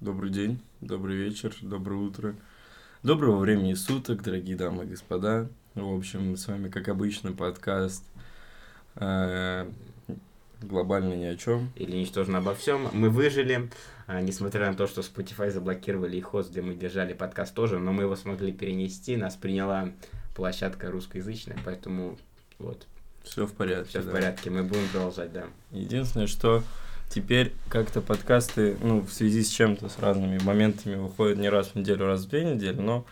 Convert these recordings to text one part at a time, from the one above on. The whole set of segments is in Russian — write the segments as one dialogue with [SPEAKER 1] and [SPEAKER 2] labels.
[SPEAKER 1] Добрый день, добрый вечер, доброе утро. Доброго времени суток, дорогие дамы и господа. В общем, с вами, как обычно, подкаст э, «Глобально ни о чем».
[SPEAKER 2] или ничтожно обо всем. Мы выжили, а, несмотря на то, что Spotify заблокировали и хост, где мы держали подкаст тоже, но мы его смогли перенести, нас приняла площадка русскоязычная, поэтому вот,
[SPEAKER 1] Все в порядке.
[SPEAKER 2] все в
[SPEAKER 1] да.
[SPEAKER 2] порядке, мы будем продолжать, да.
[SPEAKER 1] Единственное, что теперь как-то подкасты, ну, в связи с чем-то, с разными моментами выходят не раз в неделю, раз в две недели, но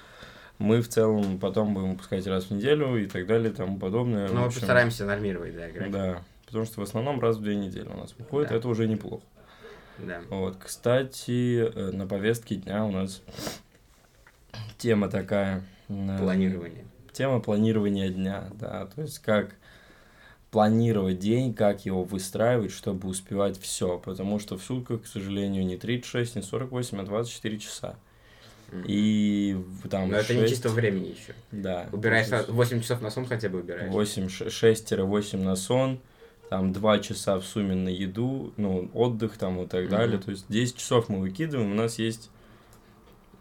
[SPEAKER 1] мы в целом потом будем выпускать раз в неделю и так далее и тому подобное. В
[SPEAKER 2] Но Ну, мы
[SPEAKER 1] общем,
[SPEAKER 2] постараемся нормировать, да, играть.
[SPEAKER 1] Да, потому что в основном раз в две недели у нас выходит,
[SPEAKER 2] Да.
[SPEAKER 1] это уже неплохо.
[SPEAKER 2] Да.
[SPEAKER 1] Вот, кстати, э, на повестке дня у нас тема такая. э,
[SPEAKER 2] Планирование.
[SPEAKER 1] Тема планирования дня, да, то есть как планировать день, как его выстраивать, чтобы успевать все, потому что в сутках, к сожалению, не 36, не 48, а 24 часа.
[SPEAKER 2] Мгм.
[SPEAKER 1] И в- там
[SPEAKER 2] Но это не
[SPEAKER 1] а шесть- А,
[SPEAKER 2] чисто времени еще.
[SPEAKER 1] да,
[SPEAKER 2] Убираешь
[SPEAKER 1] то есть
[SPEAKER 2] 8 часов на сон хотя бы убираешь.
[SPEAKER 1] 8, 6-8 на сон, там 2 часа в сумме на еду, ну, отдых там и так
[SPEAKER 2] Мгм.
[SPEAKER 1] далее. То есть 10 часов мы выкидываем, у нас есть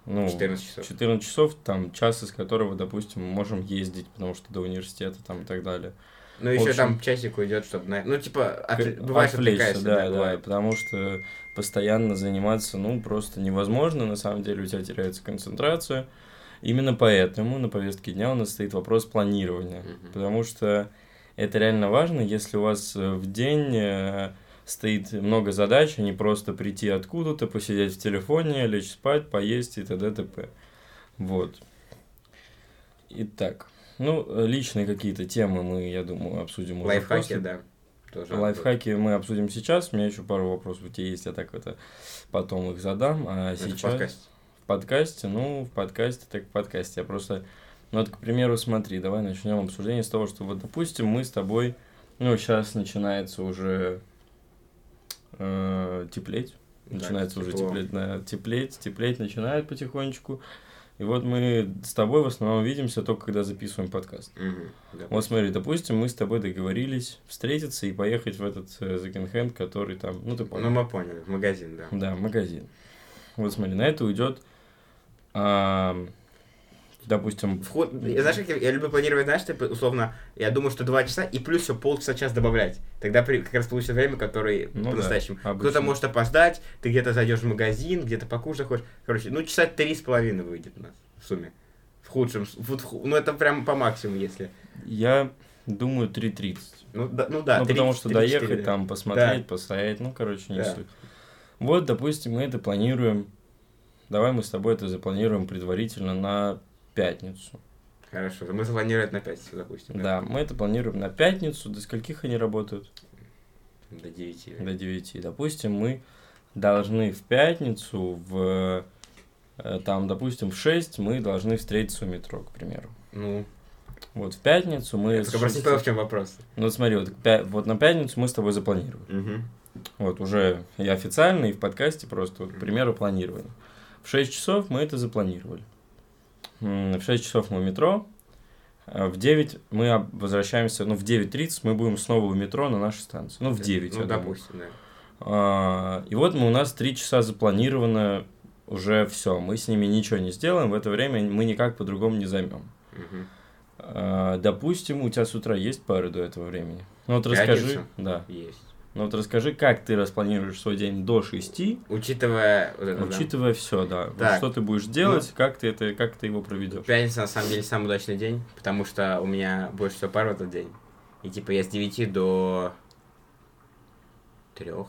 [SPEAKER 1] ну,
[SPEAKER 2] 14 часов.
[SPEAKER 1] 14 часов, там час из которого, допустим, мы можем ездить, потому что до университета там и так далее.
[SPEAKER 2] Ну
[SPEAKER 1] в
[SPEAKER 2] еще
[SPEAKER 1] общем,
[SPEAKER 2] там часик уйдет, чтобы... на- Ну типа, от...
[SPEAKER 1] К-
[SPEAKER 2] бывает
[SPEAKER 1] отвлечься,
[SPEAKER 2] отвлекаешься,
[SPEAKER 1] да,
[SPEAKER 2] да,
[SPEAKER 1] да,
[SPEAKER 2] бывает.
[SPEAKER 1] потому что постоянно заниматься, ну, просто невозможно, на самом деле у тебя теряется концентрация. Именно поэтому на повестке дня у нас стоит вопрос планирования,
[SPEAKER 2] Мгм.
[SPEAKER 1] потому что это реально важно, если у вас э, в день э, стоит много задач, а не просто прийти откуда-то, посидеть в телефоне, лечь спать, поесть и т.д. т.п. Вот. Итак, ну, э, личные какие-то темы мы, я думаю, обсудим уже
[SPEAKER 2] Лайфхаки,
[SPEAKER 1] после.
[SPEAKER 2] да. Тоже.
[SPEAKER 1] Лайфхаки мы обсудим сейчас. У меня еще пару вопросов у тебя есть, я так это потом их задам. А
[SPEAKER 2] Это в
[SPEAKER 1] сейчас
[SPEAKER 2] подкасте.
[SPEAKER 1] в подкасте, ну, в подкасте, так в подкасте. Я просто, ну, вот, к примеру, смотри, давай начнем обсуждение с того, что вот, допустим, мы с тобой, ну, сейчас начинается уже э, теплеть,
[SPEAKER 2] Да,
[SPEAKER 1] начинается уже
[SPEAKER 2] тепло.
[SPEAKER 1] теплеть, да, теплеть, теплеть начинает потихонечку. И вот мы с тобой в основном видимся только когда записываем подкаст.
[SPEAKER 2] Мгм, да.
[SPEAKER 1] Вот смотри, допустим, мы с тобой договорились встретиться и поехать в этот Закенхенд, который там, ну ты
[SPEAKER 2] Ну,
[SPEAKER 1] понял.
[SPEAKER 2] мы поняли, в магазин, да.
[SPEAKER 1] Да, магазин. Вот смотри, на это уйдет, а, допустим,
[SPEAKER 2] Вход, я- знаешь, как я, я люблю планировать, знаешь, типа, условно, я думаю, что два часа, и плюс еще полчаса-час добавлять. Тогда при- как раз получится время, которое
[SPEAKER 1] Ну да,
[SPEAKER 2] по-настоящему.
[SPEAKER 1] обычно.
[SPEAKER 2] Кто-то может опоздать, ты где-то зайдешь в магазин, где-то покушать хочешь. Короче, ну, часа три с половиной выйдет у нас в сумме. В худшем, с- вот в ху- ну, это прям по максимуму, если.
[SPEAKER 1] я думаю 3.30.
[SPEAKER 2] Ну, да, ну, да
[SPEAKER 1] ну,
[SPEAKER 2] 30,
[SPEAKER 1] потому что
[SPEAKER 2] 34,
[SPEAKER 1] доехать,
[SPEAKER 2] да.
[SPEAKER 1] там посмотреть, постоять, ну, короче, не
[SPEAKER 2] Да.
[SPEAKER 1] суть. Вот, допустим, мы это планируем, давай мы с тобой это запланируем предварительно на пятницу.
[SPEAKER 2] Хорошо, мы запланировать на пятницу, допустим.
[SPEAKER 1] Да, мы это планируем на пятницу, до скольких они работают?
[SPEAKER 2] До девяти.
[SPEAKER 1] до 9. Допустим, мы должны в пятницу, в э, там, допустим, в 6 мы должны встретиться у метро, к примеру.
[SPEAKER 2] Ну,
[SPEAKER 1] Вот в пятницу мы...
[SPEAKER 2] я
[SPEAKER 1] с
[SPEAKER 2] только просто
[SPEAKER 1] 6
[SPEAKER 2] не понял, в чем вопрос.
[SPEAKER 1] Ну, вот смотри, вот, к пя- вот на пятницу мы с тобой запланировали.
[SPEAKER 2] Мгм.
[SPEAKER 1] Вот уже и официально, и в подкасте просто, вот, к примеру, планирование. В 6 часов мы это запланировали. М, В 6 часов мы в метро, а в 9 мы об- возвращаемся, ну, в 9.30 мы будем снова у метро на нашей станции. Ну, в 9,
[SPEAKER 2] Ну,
[SPEAKER 1] я думаю.
[SPEAKER 2] допустим, да.
[SPEAKER 1] А, И вот мы, у нас три часа запланировано уже все. Мы с ними ничего не сделаем, в это время мы никак по-другому не займем.
[SPEAKER 2] Мгм.
[SPEAKER 1] А, Допустим, у тебя с утра есть пары до этого времени. Ну вот
[SPEAKER 2] Пятница?
[SPEAKER 1] расскажи, да.
[SPEAKER 2] Есть.
[SPEAKER 1] Ну вот расскажи, как ты распланируешь свой день до 6,
[SPEAKER 2] Учитывая вот это, да.
[SPEAKER 1] учитывая все, да. Вот
[SPEAKER 2] Так. Ну.
[SPEAKER 1] Что ты будешь делать, как ты это, как ты его проведешь.
[SPEAKER 2] Пятница, на самом деле, самый удачный день, потому что у меня больше всего пар в этот день. И, типа, я с 9 до трех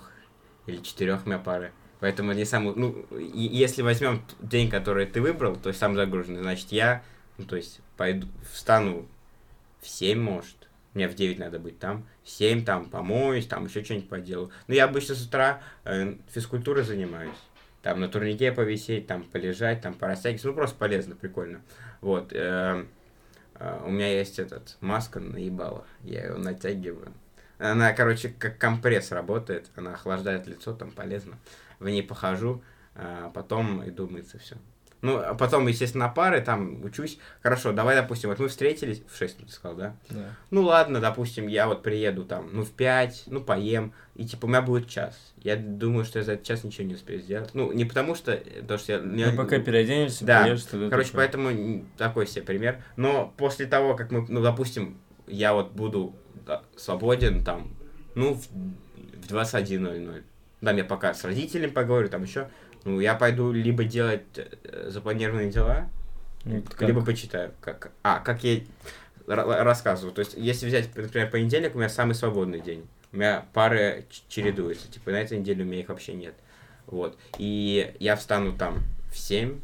[SPEAKER 2] или четырех у меня пары. Поэтому не самый... Ну, и- и если возьмем т- день, который ты выбрал, то есть сам загруженный, значит, я, ну, то есть, пойду, встану в 7, может. Мне в 9 надо быть там. В 7 там помоюсь, там еще что-нибудь поделаю. Но я обычно с утра э, физкультурой занимаюсь. Там на турнике повисеть, там полежать, там порастягиваться. Ну, просто полезно, прикольно. Вот. э, э, у меня есть этот маска наебала. Я ее натягиваю. Она, короче, как компресс работает. э, Она охлаждает лицо, там полезно. В ней похожу, а потом иду мыться, все. Ну, а потом, естественно, на пары, там, учусь. Хорошо, давай, допустим, вот мы встретились, в 6 ты сказал, да?
[SPEAKER 1] Да.
[SPEAKER 2] Ну, ладно, допустим, я вот приеду там, ну, в 5, ну, поем, и, типа, у меня будет час. Я думаю, что я за этот час ничего не успею сделать. Ну, не потому что, то, что я...
[SPEAKER 1] Ну, пока переоденешься,
[SPEAKER 2] Да.
[SPEAKER 1] поешь, что-то
[SPEAKER 2] Короче,
[SPEAKER 1] такое.
[SPEAKER 2] поэтому м, такой себе пример. Но после того, как мы, ну, допустим, я вот буду да, свободен там, ну, в, в 21.00. Да, я пока с родителями поговорю, там еще. Ну, я пойду либо делать э, запланированные дела,
[SPEAKER 1] Ну, это как?
[SPEAKER 2] либо почитаю. Как, а, как я ра- рассказывал. То есть, если взять, например, понедельник, у меня самый свободный день. У меня пары ч- чередуются. Типа, на этой неделе у меня их вообще нет. Вот. И я встану там в 7,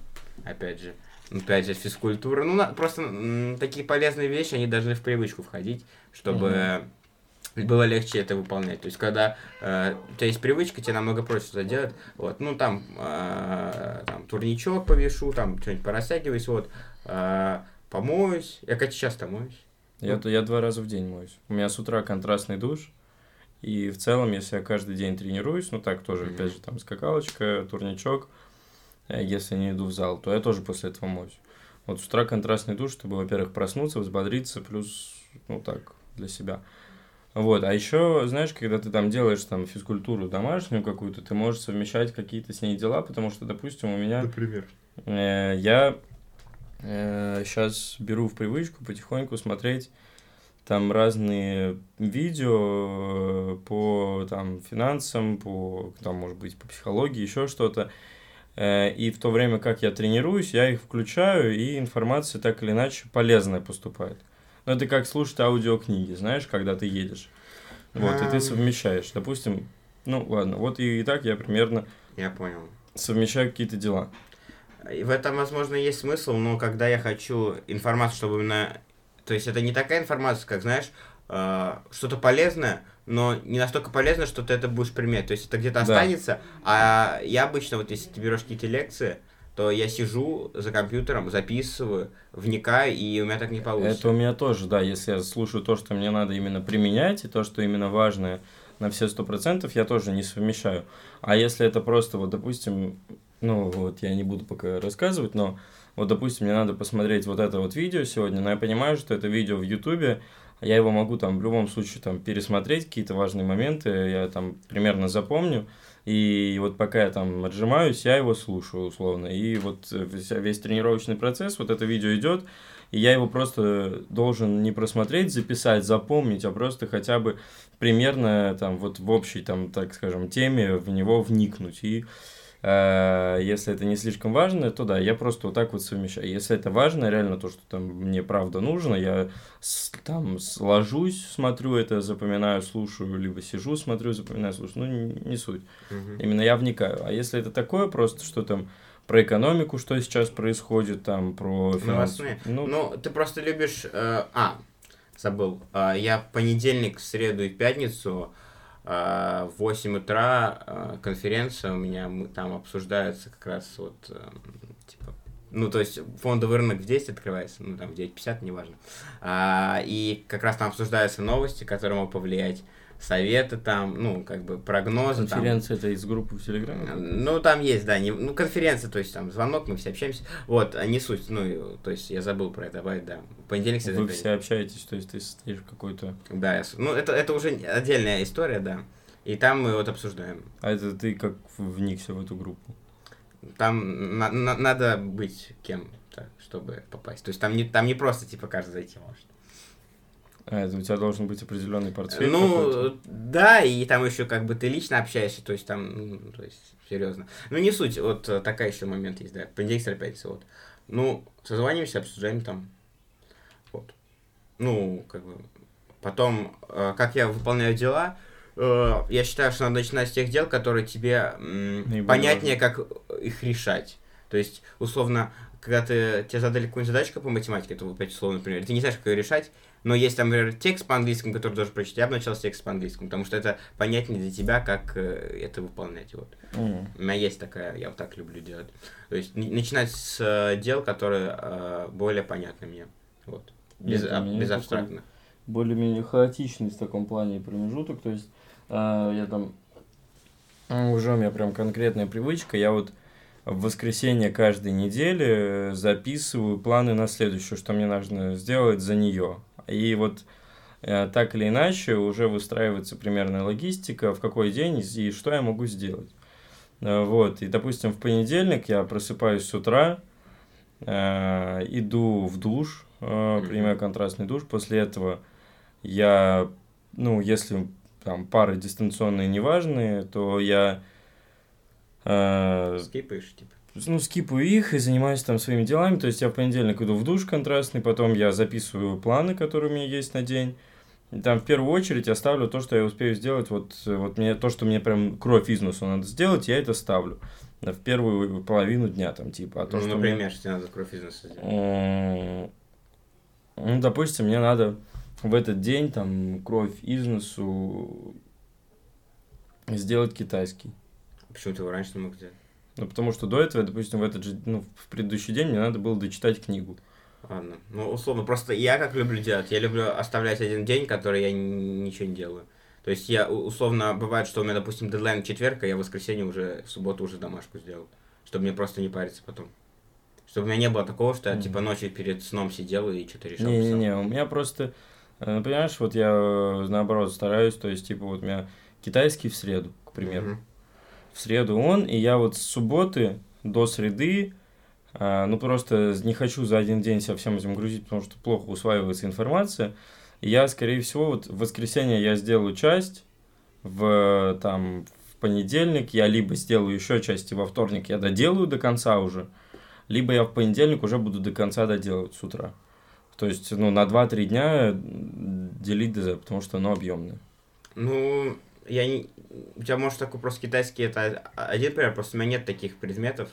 [SPEAKER 2] опять же. Ну, Опять же, физкультура. Ну, на- просто м, такие полезные вещи, они должны в привычку входить, чтобы э, было легче это выполнять. То есть, когда э, у тебя есть привычка, тебе намного проще это делать. Вот, ну, там, э, там турничок повешу, там что-нибудь порастягиваюсь, вот, э, помоюсь. Я, кстати, часто моюсь.
[SPEAKER 1] Я, я два раза в день моюсь. У меня с утра контрастный душ. И в целом, если я каждый день тренируюсь, ну так тоже,
[SPEAKER 2] Мгм.
[SPEAKER 1] опять же, там скакалочка, турничок, э, если не иду в зал, то я тоже после этого моюсь. Вот с утра контрастный душ, чтобы, во-первых, проснуться, взбодриться, плюс, ну так, для себя. Вот, а еще, знаешь, когда ты там делаешь там физкультуру домашнюю какую-то, ты можешь совмещать какие-то с ней дела, потому что, допустим, у меня...
[SPEAKER 2] Например.
[SPEAKER 1] Э, Я сейчас беру в привычку потихоньку смотреть там разные видео э, по там, финансам, по, там, может быть, по психологии, еще что-то. Э, И в то время, как я тренируюсь, я их включаю, и информация так или иначе полезная поступает. Но это как слушать аудиокниги, знаешь, когда ты едешь. Вот, и
[SPEAKER 2] Ам.
[SPEAKER 1] ты совмещаешь. Допустим, ну ладно, вот и, и так я примерно
[SPEAKER 2] Я понял.
[SPEAKER 1] совмещаю какие-то дела.
[SPEAKER 2] И в этом, возможно, есть смысл, но когда я хочу информацию, чтобы именно... То есть это не такая информация, как, знаешь, э, что-то полезное, но не настолько полезно, что ты это будешь применять. То есть это где-то
[SPEAKER 1] Да.
[SPEAKER 2] останется, а я обычно, вот если ты берешь какие-то лекции, то я сижу за компьютером, записываю, вникаю, и у меня так не получится.
[SPEAKER 1] Это у меня тоже, да. Если я слушаю то, что мне надо именно применять, и то, что именно важное на все сто процентов, я тоже не совмещаю. А если это просто, вот, допустим, ну, вот, я не буду пока рассказывать, но вот, допустим, мне надо посмотреть вот это вот видео сегодня, но я понимаю, что это видео в Ютубе, я его могу там в любом случае там пересмотреть, какие-то важные моменты, я там примерно запомню, и вот пока я там отжимаюсь, я его слушаю условно. И вот э, вся- весь тренировочный процесс, вот это видео идет, и я его просто должен не просмотреть, записать, запомнить, а просто хотя бы примерно там вот в общей, там, так скажем, теме в него вникнуть. И э, если это не слишком важно, то да, я просто вот так вот совмещаю. Если это важно, реально то, что там мне правда нужно, я с- там сложусь, смотрю это, запоминаю, слушаю, либо сижу, смотрю, запоминаю, слушаю, ну не- не суть.
[SPEAKER 2] Мгм.
[SPEAKER 1] Именно я вникаю. А если это такое просто, что там про экономику, что сейчас происходит, там про финансы.
[SPEAKER 2] Новостные.
[SPEAKER 1] Ну,
[SPEAKER 2] Ну, ты просто любишь... э, а, забыл. Э, я в понедельник, в среду и в пятницу э, в 8 утра э, конференция у меня, мы там обсуждается как раз вот, э, типа, ну, то есть фондовый рынок в 10 открывается, ну, там, в 9.50, неважно. А, и как раз там обсуждаются новости, которые могут повлиять, советы там, ну, как бы прогнозы там.
[SPEAKER 1] конференция это из группы в Телеграме?
[SPEAKER 2] Ну, там есть, да, не, ну, конференция, то есть там звонок, мы все общаемся. Вот, а не суть, ну, и, то есть я забыл про это добавить, да. Понедельник, среда,
[SPEAKER 1] Вы
[SPEAKER 2] пятница.
[SPEAKER 1] все общаетесь, то есть ты состоишь в какой-то...
[SPEAKER 2] Да, я с- ну, это, это уже отдельная история, да. И там мы вот обсуждаем.
[SPEAKER 1] А это ты как в- вникся в эту группу?
[SPEAKER 2] Там на- на- надо быть кем-то, чтобы попасть. То есть там не, там не просто, типа, каждый зайти может.
[SPEAKER 1] А это у тебя должен быть определенный портфель какой-то?
[SPEAKER 2] Ну, да, и там еще как бы ты лично общаешься, то есть там, ну, то есть, серьезно. Ну, не суть, вот э, такая еще момент есть, да, понедельник, среда, пятница, вот. Ну, созваниваемся, обсуждаем там, вот. Ну, как бы, потом, э, как я выполняю дела, э, я считаю, что надо начинать с тех дел, которые тебе м,
[SPEAKER 1] Наиболее
[SPEAKER 2] понятнее, как их решать. То есть, условно, когда ты, тебе задали какую-нибудь задачку по математике, это опять условно, например, ты не знаешь, как ее решать, но есть там, например, текст по английскому, который ты должен прочитать, я бы начал с текста по английскому, потому что это понятнее для тебя, как э, это выполнять. Вот.
[SPEAKER 1] М.
[SPEAKER 2] У меня есть такая, я вот так люблю делать. То есть н- начинать с э, дел, которые э, более понятны мне. Вот. Без,
[SPEAKER 1] Нет, у
[SPEAKER 2] а-
[SPEAKER 1] меня
[SPEAKER 2] без
[SPEAKER 1] такой
[SPEAKER 2] абстрактно.
[SPEAKER 1] Более-менее хаотичный в таком плане промежуток, то Ну, есть а, я там... а, Уже у меня прям конкретная привычка, я вот в воскресенье каждой недели э, записываю планы на следующую, что мне нужно сделать за нее. И вот э, так или иначе уже выстраивается примерная логистика, в какой день и что я могу сделать. Э, Вот, и, допустим, в понедельник я просыпаюсь с утра, э, иду в душ, э,
[SPEAKER 2] Мгм.
[SPEAKER 1] принимаю контрастный душ, после этого я, ну, если там пары дистанционные неважные, то я э,
[SPEAKER 2] Скипаешь, типа.
[SPEAKER 1] ну, скипаю их и занимаюсь там своими делами. То есть я в понедельник иду в душ контрастный, потом я записываю планы, которые у меня есть на день. И там в первую очередь я ставлю то, что я успею сделать. Вот, э, вот мне, то, что мне прям кровь из носу надо сделать, я это ставлю. На- В первую половину дня там типа. А то,
[SPEAKER 2] ну,
[SPEAKER 1] что мне-
[SPEAKER 2] например, что тебе надо кровь из носа сделать.
[SPEAKER 1] М, Ну, допустим, мне надо в этот день там кровь из носу сделать китайский.
[SPEAKER 2] Почему ты его раньше не мог сделать?
[SPEAKER 1] Ну, потому что до этого, допустим, в этот же, ну, в предыдущий день мне надо было дочитать книгу.
[SPEAKER 2] Ладно. Ну, условно, просто я как люблю делать, я люблю оставлять один день, который я н- ничего не делаю. То есть я, у- условно, бывает, что у меня, допустим, дедлайн четверг, а я в воскресенье уже, в субботу уже домашку сделал. Чтобы мне просто не париться потом. Чтобы у меня не было такого, что я,
[SPEAKER 1] Мгм.
[SPEAKER 2] типа, ночью перед сном сидел и что-то решал. писал.
[SPEAKER 1] Не-не-не, у меня просто, э, ну, понимаешь, вот я э, наоборот стараюсь, то есть, типа, вот у меня китайский в среду, к примеру.
[SPEAKER 2] Мгм.
[SPEAKER 1] В среду он, и я вот с субботы до среды, а, ну, просто не хочу за один день себя всем этим грузить, потому что плохо усваивается информация. И я, скорее всего, вот в воскресенье я сделаю часть, в, э, там, в понедельник я либо сделаю еще часть, и во вторник я доделаю до конца уже, либо я в понедельник уже буду до конца доделывать с утра. То есть, ну, на 2-3 дня э, делить ДЗ, потому что оно объемное.
[SPEAKER 2] Ну, я не... У тебя, может, такой просто китайский, это один пример, просто у меня нет таких предметов.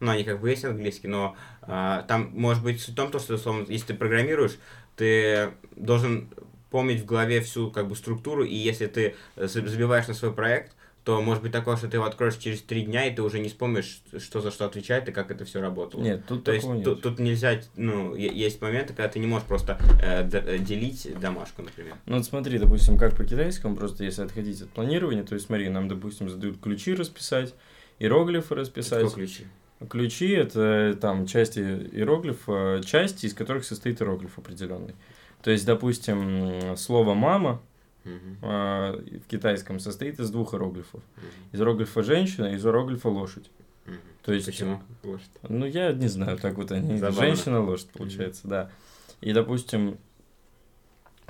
[SPEAKER 2] Ну, они как бы есть английский, но а, там, может быть, суть в том, то, что, условно, если ты программируешь, ты должен помнить в голове всю, как бы, структуру, и если ты э, за- забиваешь на свой проект, то может быть такое, что ты его откроешь через три дня, и ты уже не вспомнишь, что за что отвечает и как это все работало.
[SPEAKER 1] Нет, тут
[SPEAKER 2] То есть
[SPEAKER 1] такого нет.
[SPEAKER 2] тут, тут нельзя, ну, е- есть моменты, когда ты не можешь просто э, д- э, делить домашку, например.
[SPEAKER 1] Ну вот смотри, допустим, как по китайскому, просто если отходить от планирования, то есть смотри, нам, допустим, задают ключи расписать, иероглифы расписать.
[SPEAKER 2] Какой ключи?
[SPEAKER 1] Ключи — это там части иероглифа, части, из которых состоит иероглиф определенный. То есть, допустим, м, слово «мама»
[SPEAKER 2] Мгм.
[SPEAKER 1] а, в китайском состоит из двух иероглифов.
[SPEAKER 2] Мгм.
[SPEAKER 1] Из иероглифа «женщина» и из иероглифа «лошадь». То есть,
[SPEAKER 2] Почему? Лошадь.
[SPEAKER 1] Ну, я не знаю, так вот они...
[SPEAKER 2] Забавно.
[SPEAKER 1] Женщина-лошадь, получается, да. И, допустим,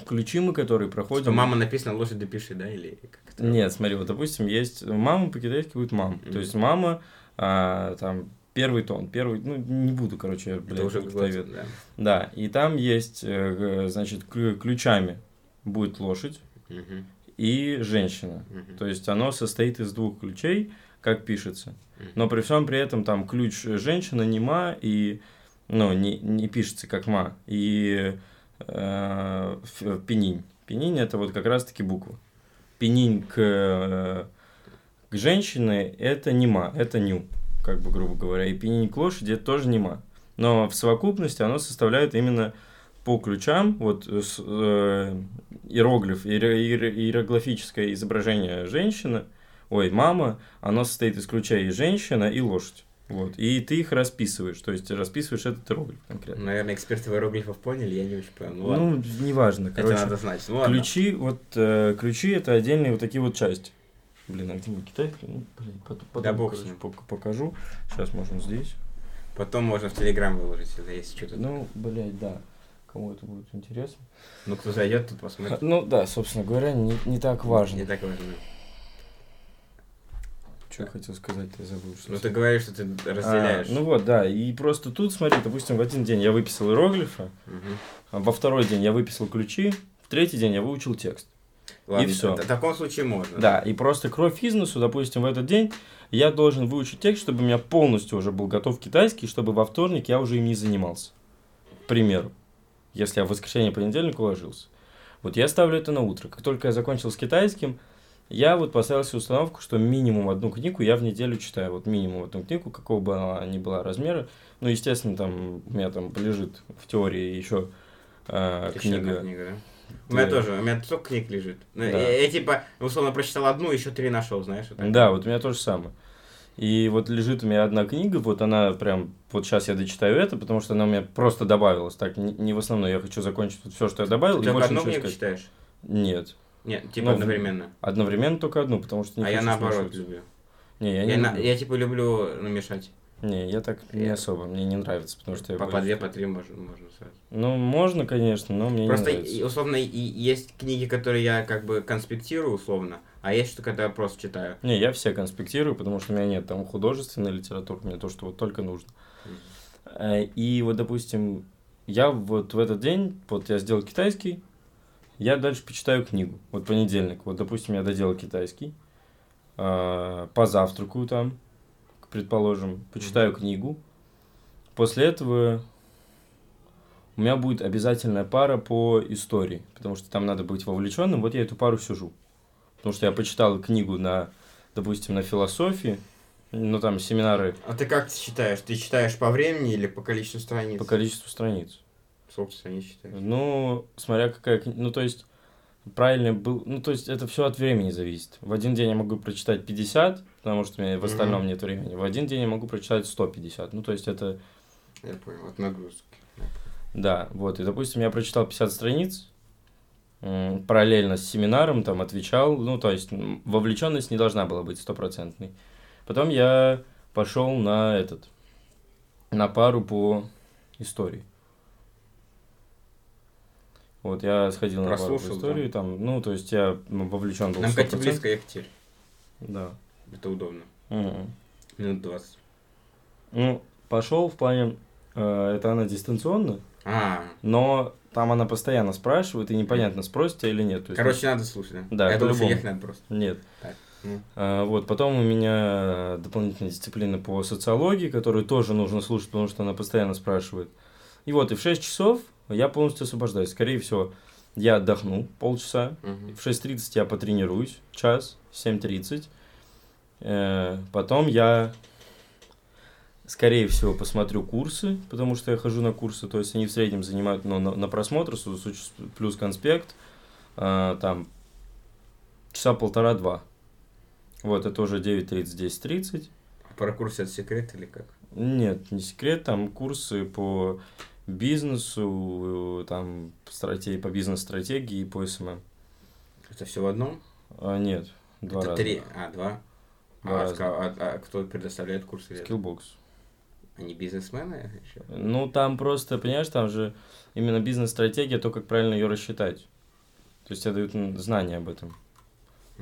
[SPEAKER 1] ключи мы, которые проходим...
[SPEAKER 2] Что мама написана лошадь допиши, да, или как это?
[SPEAKER 1] Нет, смотри, вот, допустим, есть... ну, Мама по-китайски будет мама.
[SPEAKER 2] Мгм.
[SPEAKER 1] То есть мама, а, там, первый тон, первый... Ну, не буду, короче, я,
[SPEAKER 2] Это
[SPEAKER 1] блядь,
[SPEAKER 2] уже
[SPEAKER 1] не
[SPEAKER 2] какой-то,
[SPEAKER 1] китаевед.
[SPEAKER 2] да.
[SPEAKER 1] Да, и там есть, э, э, значит, клю- ключами будет лошадь
[SPEAKER 2] Мгм,
[SPEAKER 1] и женщина.
[SPEAKER 2] мгм,
[SPEAKER 1] То есть оно состоит из двух ключей, как пишется.
[SPEAKER 2] мгм.
[SPEAKER 1] Но при всем при этом там ключ э, женщина не ма и ну, не, не пишется как ма. И э, ф- пенинь. Пенинь это вот как раз-таки буква. Пенинь к, э, к женщине это не ма, это ню, как бы грубо говоря. И пенинь к лошади это тоже не ма. Но в совокупности оно составляет именно по ключам, вот э, с- э, иероглиф, иеро- иеро- иероглифическое изображение женщины, ой, мама, оно состоит из ключа и женщина, и лошадь. Вот. И ты их расписываешь, то есть расписываешь этот иероглиф конкретно.
[SPEAKER 2] Наверное, эксперты иероглифов поняли, я не очень понял. Ну, ладно.
[SPEAKER 1] Ну, неважно,
[SPEAKER 2] это
[SPEAKER 1] короче.
[SPEAKER 2] надо знать. Ну, ладно.
[SPEAKER 1] ключи, вот э, ключи это отдельные вот такие вот части. Блин, а где мой китайский? Ну, блин, пот- потом,
[SPEAKER 2] Да бог с
[SPEAKER 1] короче,
[SPEAKER 2] ним.
[SPEAKER 1] пок- покажу. Сейчас можем здесь.
[SPEAKER 2] Потом можно в Телеграм выложить, это если что-то.
[SPEAKER 1] Ну,
[SPEAKER 2] Ну,
[SPEAKER 1] блядь, да. Кому это будет интересно.
[SPEAKER 2] кто зайдет, тут посмотрит.
[SPEAKER 1] Ну да, собственно говоря, не, не так важно.
[SPEAKER 2] Не так важно.
[SPEAKER 1] Что я хотел сказать, я забыл. что
[SPEAKER 2] Ну, ты говоришь, что ты разделяешь.
[SPEAKER 1] А, ну вот, да. И просто тут, смотри, допустим, в один день я выписал иероглифы,
[SPEAKER 2] Мгм.
[SPEAKER 1] А Во второй день я выписал ключи, в третий день я выучил текст.
[SPEAKER 2] Ладно,
[SPEAKER 1] всё.
[SPEAKER 2] В таком случае можно.
[SPEAKER 1] Да, и просто кровь из носу, допустим, в этот день я должен выучить текст, чтобы у меня полностью уже был готов китайский, чтобы во вторник я уже им не занимался. К примеру, если я в воскресенье понедельник уложился. Вот я ставлю это на утро. Как только я закончил с китайским, я вот поставил себе установку, что минимум одну книгу я в неделю читаю. Вот минимум одну книгу, какого бы она ни была размера. Ну, естественно, там у меня там лежит в теории еще э,
[SPEAKER 2] Еще одна
[SPEAKER 1] книга.
[SPEAKER 2] книга, да? У меня
[SPEAKER 1] Да.
[SPEAKER 2] тоже, у меня столько книг лежит. Ну,
[SPEAKER 1] Да.
[SPEAKER 2] Я, я, типа, условно, прочитал одну, еще три нашел, знаешь? вот так.
[SPEAKER 1] Да, вот у меня то же самое. И вот лежит у меня одна книга, вот она прям, вот сейчас я дочитаю это, потому что она у меня просто добавилась. Так, не, не в основном, я хочу закончить вот все, что я добавил, Ну, и
[SPEAKER 2] Ты только
[SPEAKER 1] больше
[SPEAKER 2] одну
[SPEAKER 1] ничего
[SPEAKER 2] книгу
[SPEAKER 1] сказать.
[SPEAKER 2] читаешь?
[SPEAKER 1] Нет.
[SPEAKER 2] Нет, типа
[SPEAKER 1] Ну,
[SPEAKER 2] одновременно.
[SPEAKER 1] Одновременно только одну, потому что не
[SPEAKER 2] а я
[SPEAKER 1] хочу
[SPEAKER 2] наоборот
[SPEAKER 1] смешивать.
[SPEAKER 2] люблю.
[SPEAKER 1] Не, я
[SPEAKER 2] Я,
[SPEAKER 1] не
[SPEAKER 2] на-
[SPEAKER 1] люблю.
[SPEAKER 2] я, типа люблю намешать.
[SPEAKER 1] Не, я так не
[SPEAKER 2] Я-
[SPEAKER 1] особо, мне не нравится, потому что я...
[SPEAKER 2] по, по
[SPEAKER 1] боюсь.
[SPEAKER 2] две, по три можно, можно сразу.
[SPEAKER 1] Ну, можно, конечно, но мне
[SPEAKER 2] Просто,
[SPEAKER 1] не нравится.
[SPEAKER 2] и- условно, и есть книги, которые я как бы конспектирую, условно, а есть что, когда я просто читаю.
[SPEAKER 1] Не, я все конспектирую, потому что у меня нет там художественной литературы, мне то, что вот только нужно.
[SPEAKER 2] Мгм.
[SPEAKER 1] Э, И вот, допустим, я вот в этот день, вот я сделал китайский, я дальше почитаю книгу. Вот понедельник, вот, допустим, я доделал китайский, а, позавтракаю там, к- предположим, почитаю книгу. После этого у меня будет обязательная пара по истории, потому что там надо быть вовлеченным. Вот я эту пару сижу. Потому что я почитал книгу на, допустим, на философии, ну там семинары
[SPEAKER 2] А ты как ты считаешь? Ты считаешь по времени или по количеству страниц?
[SPEAKER 1] по количеству страниц.
[SPEAKER 2] Сколько страниц считаешь?
[SPEAKER 1] Ну, смотря какая книга. Ну, то есть, правильно был. Ну, то есть, это все от времени зависит. В один день я могу прочитать 50, потому что у меня в остальном
[SPEAKER 2] Мгм.
[SPEAKER 1] нет времени. В один день я могу прочитать 150. Ну, то есть, это.
[SPEAKER 2] Я понял, от нагрузки.
[SPEAKER 1] Да, вот. И, допустим, я прочитал 50 страниц, м, параллельно с семинаром, там, отвечал. Ну, то есть, вовлеченность не должна была быть стопроцентной. Потом я пошел на этот. На пару по истории. Вот, я сходил на пару по
[SPEAKER 2] Прослушал, да.
[SPEAKER 1] истории, там, ну, то есть я ну, вовлечен был
[SPEAKER 2] Нам,
[SPEAKER 1] 100%.
[SPEAKER 2] кстати, близко Екатерь.
[SPEAKER 1] Да.
[SPEAKER 2] Это удобно.
[SPEAKER 1] Мгм.
[SPEAKER 2] Минут 20.
[SPEAKER 1] Ну, пошел в плане, э, это она дистанционно,
[SPEAKER 2] А,
[SPEAKER 1] но там она постоянно спрашивает, и непонятно, спросит тебя или нет. То есть,
[SPEAKER 2] короче, надо слушать, да?
[SPEAKER 1] Да,
[SPEAKER 2] Я думаю, что
[SPEAKER 1] по-любому.
[SPEAKER 2] ехать надо просто.
[SPEAKER 1] Нет.
[SPEAKER 2] Так, ну.
[SPEAKER 1] А, Вот, потом у меня дополнительная дисциплина по социологии, которую тоже нужно слушать, потому что она постоянно спрашивает. И вот, и в 6 часов я полностью освобождаюсь. Скорее всего, я отдохну полчаса,
[SPEAKER 2] Мгм.
[SPEAKER 1] в 6.30 я потренируюсь, час, 7.30. Э, Потом я, скорее всего, посмотрю курсы, потому что я хожу на курсы, то есть они в среднем занимают, ну, на, на просмотр, с- с уч- плюс конспект, э, там, часа полтора-два. Вот, это уже 9.30, 10.30.
[SPEAKER 2] А Про курс это секрет или как?
[SPEAKER 1] Нет, не секрет, там курсы по бизнесу, э, там, стратегии, по бизнес-стратегии и по СММ.
[SPEAKER 2] Это все в одном?
[SPEAKER 1] А, нет, два
[SPEAKER 2] это
[SPEAKER 1] раза.
[SPEAKER 2] три. А, два.
[SPEAKER 1] Два
[SPEAKER 2] а,
[SPEAKER 1] раза.
[SPEAKER 2] ска- а- а кто предоставляет курсы?
[SPEAKER 1] Скиллбокс.
[SPEAKER 2] Они бизнесмены еще?
[SPEAKER 1] Ну, там просто, понимаешь, там же именно бизнес-стратегия, то, как правильно ее рассчитать. То есть тебе дают м, знания об этом.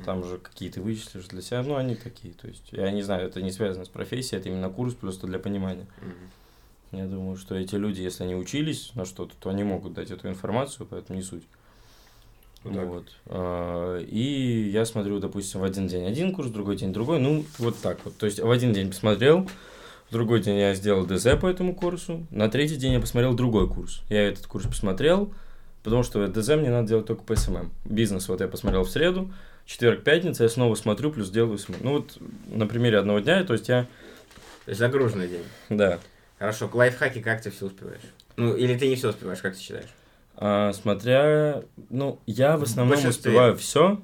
[SPEAKER 1] Там же какие ты вычислишь для себя, ну, они такие. То есть, я не знаю, это не связано с профессией, это именно курс просто для понимания.
[SPEAKER 2] Мгм.
[SPEAKER 1] Я думаю, что эти люди, если они учились на что-то, то они могут дать эту информацию, поэтому не суть.
[SPEAKER 2] Ну да.
[SPEAKER 1] Вот. А, И я смотрю, допустим, в один день один курс, в другой день другой. Ну, вот так вот. То есть в один день посмотрел, в другой день я сделал ДЗ по этому курсу, на третий день я посмотрел другой курс. Я этот курс посмотрел, потому что ДЗ мне надо делать только по СММ. Бизнес вот я посмотрел в среду, четверг, пятница, я снова смотрю, плюс делаю СММ. Ну вот на примере одного дня, то есть я,
[SPEAKER 2] То есть загруженный день.
[SPEAKER 1] да,
[SPEAKER 2] Хорошо, к лайфхаке как ты все успеваешь? Ну, или ты не все успеваешь, как ты считаешь?
[SPEAKER 1] А, смотря, ну, я в основном
[SPEAKER 2] большинстве.
[SPEAKER 1] успеваю все,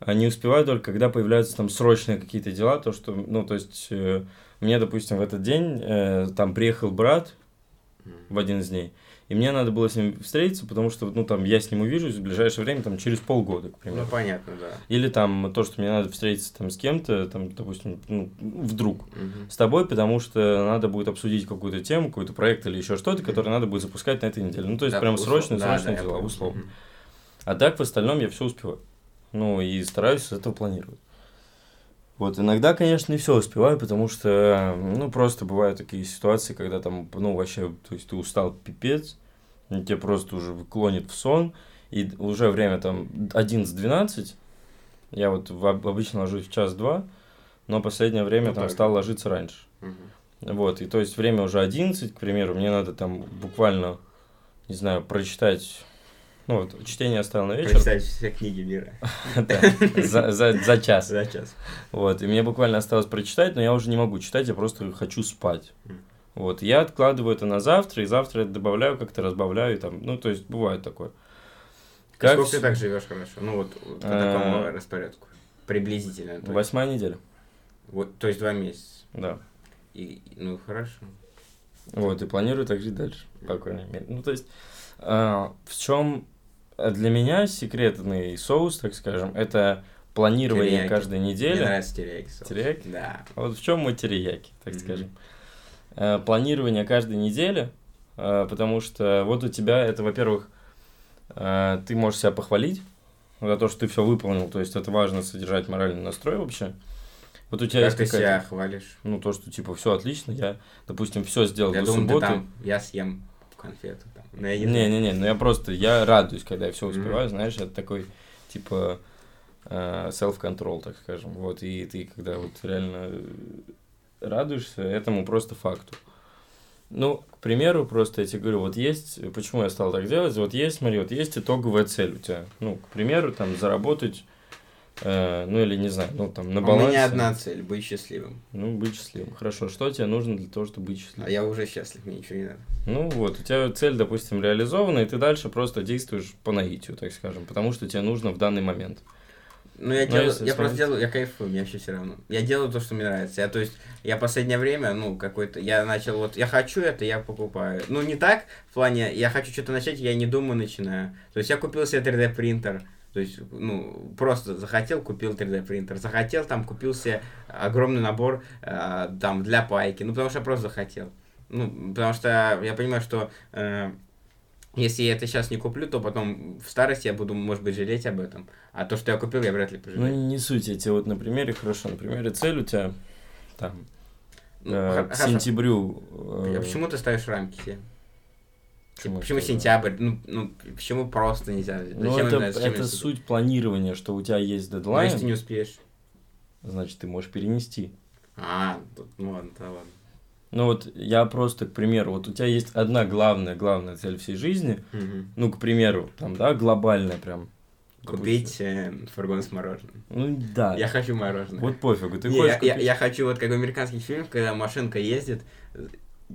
[SPEAKER 1] а не успеваю только, когда появляются там срочные какие-то дела, то что, ну, то есть, э, мне, допустим, в этот день э, там приехал брат в один из дней, и мне надо было с ним встретиться, потому что, ну, там, я с ним увижусь в ближайшее время, там, через полгода, к примеру.
[SPEAKER 2] Ну, понятно, да.
[SPEAKER 1] Или там то, что мне надо встретиться там с кем-то, там, допустим, ну, вдруг
[SPEAKER 2] Мгм.
[SPEAKER 1] с тобой, потому что надо будет обсудить какую-то тему, какой-то проект или еще что-то, который надо будет запускать на этой неделе. Ну, то есть,
[SPEAKER 2] Да,
[SPEAKER 1] прям
[SPEAKER 2] услов-
[SPEAKER 1] срочные,
[SPEAKER 2] да,
[SPEAKER 1] срочные
[SPEAKER 2] да, я
[SPEAKER 1] дела,
[SPEAKER 2] понял.
[SPEAKER 1] условно.
[SPEAKER 2] Мгм.
[SPEAKER 1] А так в остальном я все успеваю. Ну и стараюсь с этого планировать. Вот иногда, конечно, не все успеваю, потому что, ну, просто бывают такие ситуации, когда там, ну, вообще, то есть ты устал пипец, и тебя просто уже клонит в сон, и уже время там 11-12, я вот в- об- обычно ложусь в час-два, но последнее время
[SPEAKER 2] Ну,
[SPEAKER 1] там
[SPEAKER 2] так.
[SPEAKER 1] стал ложиться раньше.
[SPEAKER 2] Мгм.
[SPEAKER 1] Вот, и то есть время уже 11, к примеру, мне надо там буквально, не знаю, прочитать, ну вот, чтение оставил на вечер,
[SPEAKER 2] Прочитать все книги мира
[SPEAKER 1] да, за, за- за час,
[SPEAKER 2] за час.
[SPEAKER 1] вот, и мне буквально осталось прочитать, но я уже не могу читать, я просто хочу спать.
[SPEAKER 2] Мгм.
[SPEAKER 1] Вот, я откладываю это на завтра, и завтра это добавляю, как-то разбавляю, и там, ну, то есть бывает такое. Как
[SPEAKER 2] Сколько ты
[SPEAKER 1] с-
[SPEAKER 2] так живешь хорошо? Ну, вот вот по
[SPEAKER 1] Э,
[SPEAKER 2] такому распорядку. Приблизительно. то есть.
[SPEAKER 1] Восьмая неделя.
[SPEAKER 2] Вот, то есть два месяца.
[SPEAKER 1] Да.
[SPEAKER 2] И, ну, хорошо.
[SPEAKER 1] Вот, и планирую так жить дальше, по крайней мере. Ну, то есть, а, в чем для меня секретный соус, так скажем, это планирование
[SPEAKER 2] Терияки.
[SPEAKER 1] каждой недели.
[SPEAKER 2] Мне нравится терияки соус.
[SPEAKER 1] Терияки?
[SPEAKER 2] Да.
[SPEAKER 1] Вот в чем мой терияки, так
[SPEAKER 2] Мгм.
[SPEAKER 1] скажем. Э, Планирование каждой недели, э, потому что вот у тебя это, во-первых, э, ты можешь себя похвалить за то, что ты все выполнил, то есть это важно содержать моральный настрой вообще. Вот у тебя есть
[SPEAKER 2] Как ты себя
[SPEAKER 1] какая-то,
[SPEAKER 2] хвалишь?
[SPEAKER 1] ну то, что типа все отлично, я, допустим, все сделал
[SPEAKER 2] Я
[SPEAKER 1] до
[SPEAKER 2] думал, ты
[SPEAKER 1] субботы.
[SPEAKER 2] там, я съем конфету там. Но я не
[SPEAKER 1] Не, не, не, ну я просто, я радуюсь, когда я все
[SPEAKER 2] Мгм.
[SPEAKER 1] успеваю, знаешь, это такой, типа, э, self-control, так скажем, вот, и ты, когда вот реально э, радуешься этому просто факту. Ну, к примеру, просто я тебе говорю, вот есть, почему я стал так делать, вот есть, смотри, вот есть итоговая цель у тебя, ну, к примеру, там, заработать, э, ну, или не знаю, ну, там, на
[SPEAKER 2] У
[SPEAKER 1] балансе.
[SPEAKER 2] меня одна цель, быть счастливым.
[SPEAKER 1] Ну, быть счастливым. Хорошо, что тебе нужно для того, чтобы быть счастливым?
[SPEAKER 2] А я уже счастлив, мне ничего не надо.
[SPEAKER 1] Ну вот, у тебя цель, допустим, реализована, и ты дальше просто действуешь по наитию, так скажем, потому что тебе нужно в данный момент.
[SPEAKER 2] Ну, я,
[SPEAKER 1] Ну,
[SPEAKER 2] делаю,
[SPEAKER 1] если
[SPEAKER 2] я
[SPEAKER 1] смотреть.
[SPEAKER 2] просто делаю, я кайфую, мне вообще все равно. Я делаю то, что мне нравится. Я, то есть, я последнее время, ну, какой-то, я начал вот, я хочу это, я покупаю. Ну, не так, в плане, я хочу что-то начать, я не думаю, начинаю. То есть, я купил себе 3D принтер. То есть, ну, просто захотел, купил 3D принтер. Захотел, там, купил себе огромный набор, э, там, для пайки. Ну, потому что я просто захотел. Ну, потому что я понимаю, что э, если я это сейчас не куплю, то потом в старости я буду, может быть, жалеть об этом. А то, что я купил, я вряд ли
[SPEAKER 1] Ну,
[SPEAKER 2] пожалею.
[SPEAKER 1] не суть, я тебе вот на примере, хорошо, на примере цель у тебя там
[SPEAKER 2] Ну,
[SPEAKER 1] э,
[SPEAKER 2] хо-
[SPEAKER 1] к
[SPEAKER 2] хорошо.
[SPEAKER 1] сентябрю. э,
[SPEAKER 2] А почему ты ставишь рамки себе? Типа,
[SPEAKER 1] Почему
[SPEAKER 2] Почему
[SPEAKER 1] это?
[SPEAKER 2] сентябрь? Ну, ну, почему просто нельзя?
[SPEAKER 1] Ну,
[SPEAKER 2] им
[SPEAKER 1] это,
[SPEAKER 2] нравится? Зачем
[SPEAKER 1] это
[SPEAKER 2] им
[SPEAKER 1] суть планирования, что у тебя есть
[SPEAKER 2] Ну, если ты
[SPEAKER 1] дедлайн,
[SPEAKER 2] не успеешь.
[SPEAKER 1] значит, ты можешь перенести.
[SPEAKER 2] А, тут, ну ладно, да ладно.
[SPEAKER 1] Ну вот я просто, к примеру, вот у тебя есть одна главная, главная цель всей жизни,
[SPEAKER 2] Мгм.
[SPEAKER 1] ну, к примеру, там, да, глобальная прям.
[SPEAKER 2] Купить э, фургон с мороженым.
[SPEAKER 1] Ну, да.
[SPEAKER 2] Я хочу мороженое.
[SPEAKER 1] Вот пофигу, ты
[SPEAKER 2] Не,
[SPEAKER 1] хочешь
[SPEAKER 2] я, я-
[SPEAKER 1] купить-
[SPEAKER 2] я хочу, вот как в американских фильмах, когда машинка ездит, э,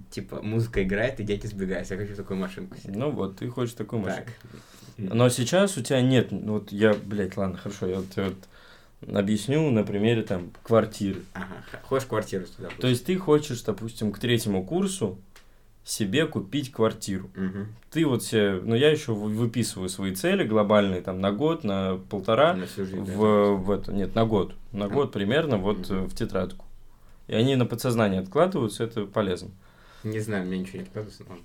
[SPEAKER 2] типа музыка играет, и дети сбегают. Я хочу такую машинку себе.
[SPEAKER 1] Ну вот, ты хочешь такую машину.
[SPEAKER 2] Так.
[SPEAKER 1] Но сейчас у тебя нет, ну вот я, блядь, ладно, хорошо, я вот, я вот объясню на примере там квартиры.
[SPEAKER 2] Ага. х- Хочешь квартиру сюда?
[SPEAKER 1] То есть ты хочешь, допустим, к третьему курсу себе купить квартиру.
[SPEAKER 2] Мгм.
[SPEAKER 1] Ты вот себе, ну я еще вы- выписываю свои цели глобальные там на год, на полтора,
[SPEAKER 2] На всю жизнь. да.
[SPEAKER 1] в, в это, нет, на год,
[SPEAKER 2] А.
[SPEAKER 1] на год примерно вот э, в тетрадку. И они на подсознание откладываются, это полезно.
[SPEAKER 2] Не знаю, мне ничего не показывается. но-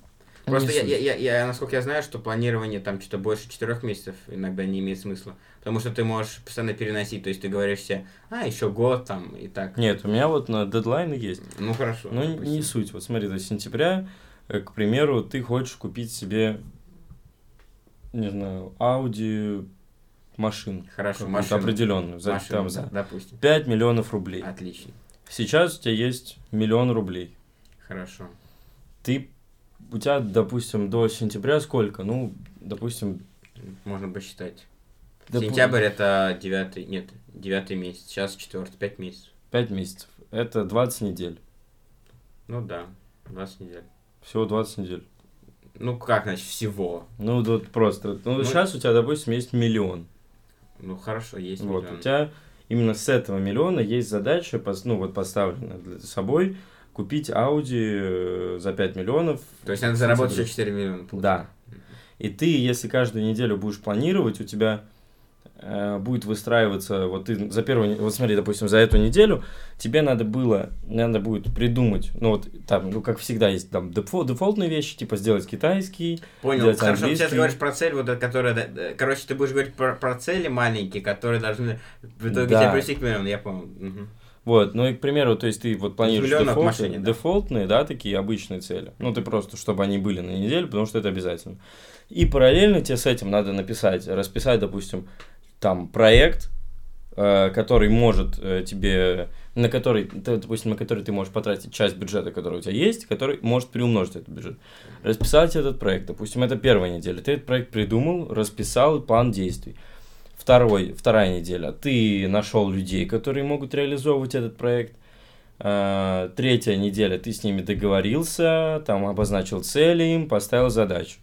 [SPEAKER 1] Не
[SPEAKER 2] Просто я,
[SPEAKER 1] суть.
[SPEAKER 2] я, я, я- насколько я знаю, что планирование там что-то больше четырех месяцев иногда не имеет смысла. Потому что ты можешь постоянно переносить, то есть ты говоришь себе, а, еще год там и так.
[SPEAKER 1] Нет, у меня вот на дедлайны есть.
[SPEAKER 2] Ну хорошо.
[SPEAKER 1] Ну, н-
[SPEAKER 2] допустим.
[SPEAKER 1] не суть. Вот смотри, до сентября, э, к примеру, ты хочешь купить себе, не знаю, Audi машинку.
[SPEAKER 2] Хорошо, машину.
[SPEAKER 1] определенную. За, там,
[SPEAKER 2] Машину, да, А.
[SPEAKER 1] за
[SPEAKER 2] допустим.
[SPEAKER 1] 5 миллионов рублей.
[SPEAKER 2] Отлично.
[SPEAKER 1] Сейчас у тебя есть миллион рублей.
[SPEAKER 2] Хорошо.
[SPEAKER 1] Ты, у тебя, допустим, до сентября сколько? Ну, допустим...
[SPEAKER 2] Можно посчитать.
[SPEAKER 1] допу-
[SPEAKER 2] Сентябрь это девятый, нет, девятый месяц. Сейчас четвертый, пять месяцев.
[SPEAKER 1] 5 месяцев. Это 20 недель.
[SPEAKER 2] Ну да, 20 недель.
[SPEAKER 1] Всего 20 недель.
[SPEAKER 2] Ну как, значит, всего?
[SPEAKER 1] Ну, вот просто. Ну,
[SPEAKER 2] Ну,
[SPEAKER 1] сейчас у тебя, допустим, есть миллион.
[SPEAKER 2] Ну хорошо, есть
[SPEAKER 1] Вот,
[SPEAKER 2] миллион.
[SPEAKER 1] у тебя именно с этого миллиона есть задача, пос- ну вот поставлена для собой, купить Audi э, за 5 миллионов.
[SPEAKER 2] То есть надо заработать еще 4 миллиона.
[SPEAKER 1] Да. И ты, если каждую неделю будешь планировать, у тебя э, будет выстраиваться, вот ты за первую, не- вот смотри, допустим, за эту неделю тебе надо было, надо будет придумать, ну вот там, ну как всегда есть там дефо- дефолтные вещи, типа сделать китайский,
[SPEAKER 2] Понял,
[SPEAKER 1] Делать
[SPEAKER 2] хорошо, ты сейчас
[SPEAKER 1] английский.
[SPEAKER 2] говоришь про цель, вот, э, которая... да, э, Короче, ты будешь говорить про, про цели маленькие, которые должны в итоге
[SPEAKER 1] Да.
[SPEAKER 2] тебя привести к миллиону, я понял. Мгм.
[SPEAKER 1] Вот, ну и, к примеру, то есть ты вот планируешь
[SPEAKER 2] миллиона в
[SPEAKER 1] дефолтные,
[SPEAKER 2] машине, да.
[SPEAKER 1] дефолтные, да, такие обычные цели. Ну, ты просто, чтобы они были на неделю, потому что это обязательно. И параллельно тебе с этим надо написать, расписать, допустим, там проект, э, который может э, тебе, на который, т- допустим, на который ты можешь потратить часть бюджета, который у тебя есть, который может приумножить этот бюджет. Расписать этот проект, допустим, это первая неделя. Ты этот проект придумал, расписал план действий. Второй, вторая неделя. Ты нашел людей, которые могут реализовывать этот проект. Э, Третья неделя. Ты с ними договорился, там обозначил цели им, поставил задачу.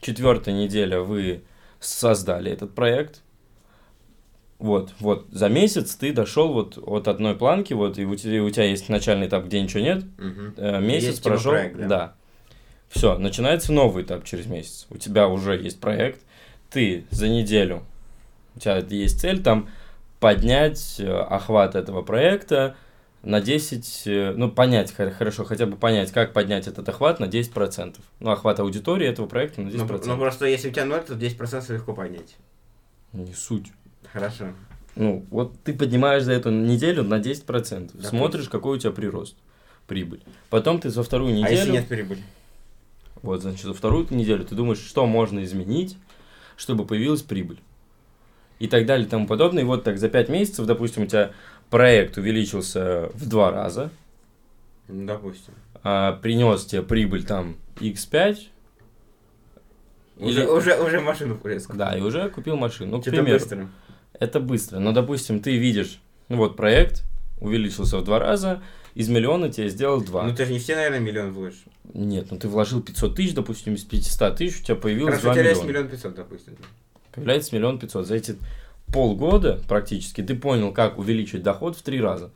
[SPEAKER 1] Четвертая неделя вы создали этот проект. Вот, вот, за месяц ты дошел вот от одной планки, вот, и у тебя, у тебя есть начальный этап, где ничего нет,
[SPEAKER 2] Мгм.
[SPEAKER 1] э, месяц
[SPEAKER 2] Есть типа
[SPEAKER 1] прошел,
[SPEAKER 2] проект, да.
[SPEAKER 1] да. Все, начинается новый этап через месяц. У тебя уже есть проект, ты за неделю, у тебя есть цель там поднять э, охват этого проекта на 10, э, ну, понять, хор- хорошо, хотя бы понять, как поднять этот охват на 10%. Ну, охват аудитории этого проекта на
[SPEAKER 2] Ну,
[SPEAKER 1] 10%.
[SPEAKER 2] ну, просто если у тебя 0, то 10% легко понять.
[SPEAKER 1] Ну, Не суть.
[SPEAKER 2] Хорошо.
[SPEAKER 1] Ну, вот ты поднимаешь за эту неделю на 10%, процентов,
[SPEAKER 2] Допустим.
[SPEAKER 1] смотришь, какой у тебя прирост, прибыль. Потом ты за вторую неделю...
[SPEAKER 2] А если нет прибыли?
[SPEAKER 1] Вот, значит, за вторую неделю ты думаешь, что можно изменить, чтобы появилась прибыль. И так далее и тому подобное. И вот так за 5 месяцев, допустим, у тебя проект увеличился в два раза, а,
[SPEAKER 2] Ну, допустим.
[SPEAKER 1] принес тебе прибыль там x5, Или-
[SPEAKER 2] Уже, уже, уже машину резко.
[SPEAKER 1] да, и уже купил машину. Ну, к
[SPEAKER 2] Что-то
[SPEAKER 1] примеру,
[SPEAKER 2] быстро.
[SPEAKER 1] это быстро. Но, допустим, ты видишь, ну вот проект увеличился в два раза, из миллиона тебе сделал два.
[SPEAKER 2] Ну, ты же не все, наверное, миллион вложишь.
[SPEAKER 1] Нет, ну ты вложил 500 тысяч, допустим, из 500 тысяч у тебя появилось
[SPEAKER 2] Хорошо,
[SPEAKER 1] 2
[SPEAKER 2] у тебя есть
[SPEAKER 1] миллиона.
[SPEAKER 2] миллион пятьсот, допустим.
[SPEAKER 1] Появляется миллион пятьсот. За эти полгода практически ты понял, как увеличить доход в три раза.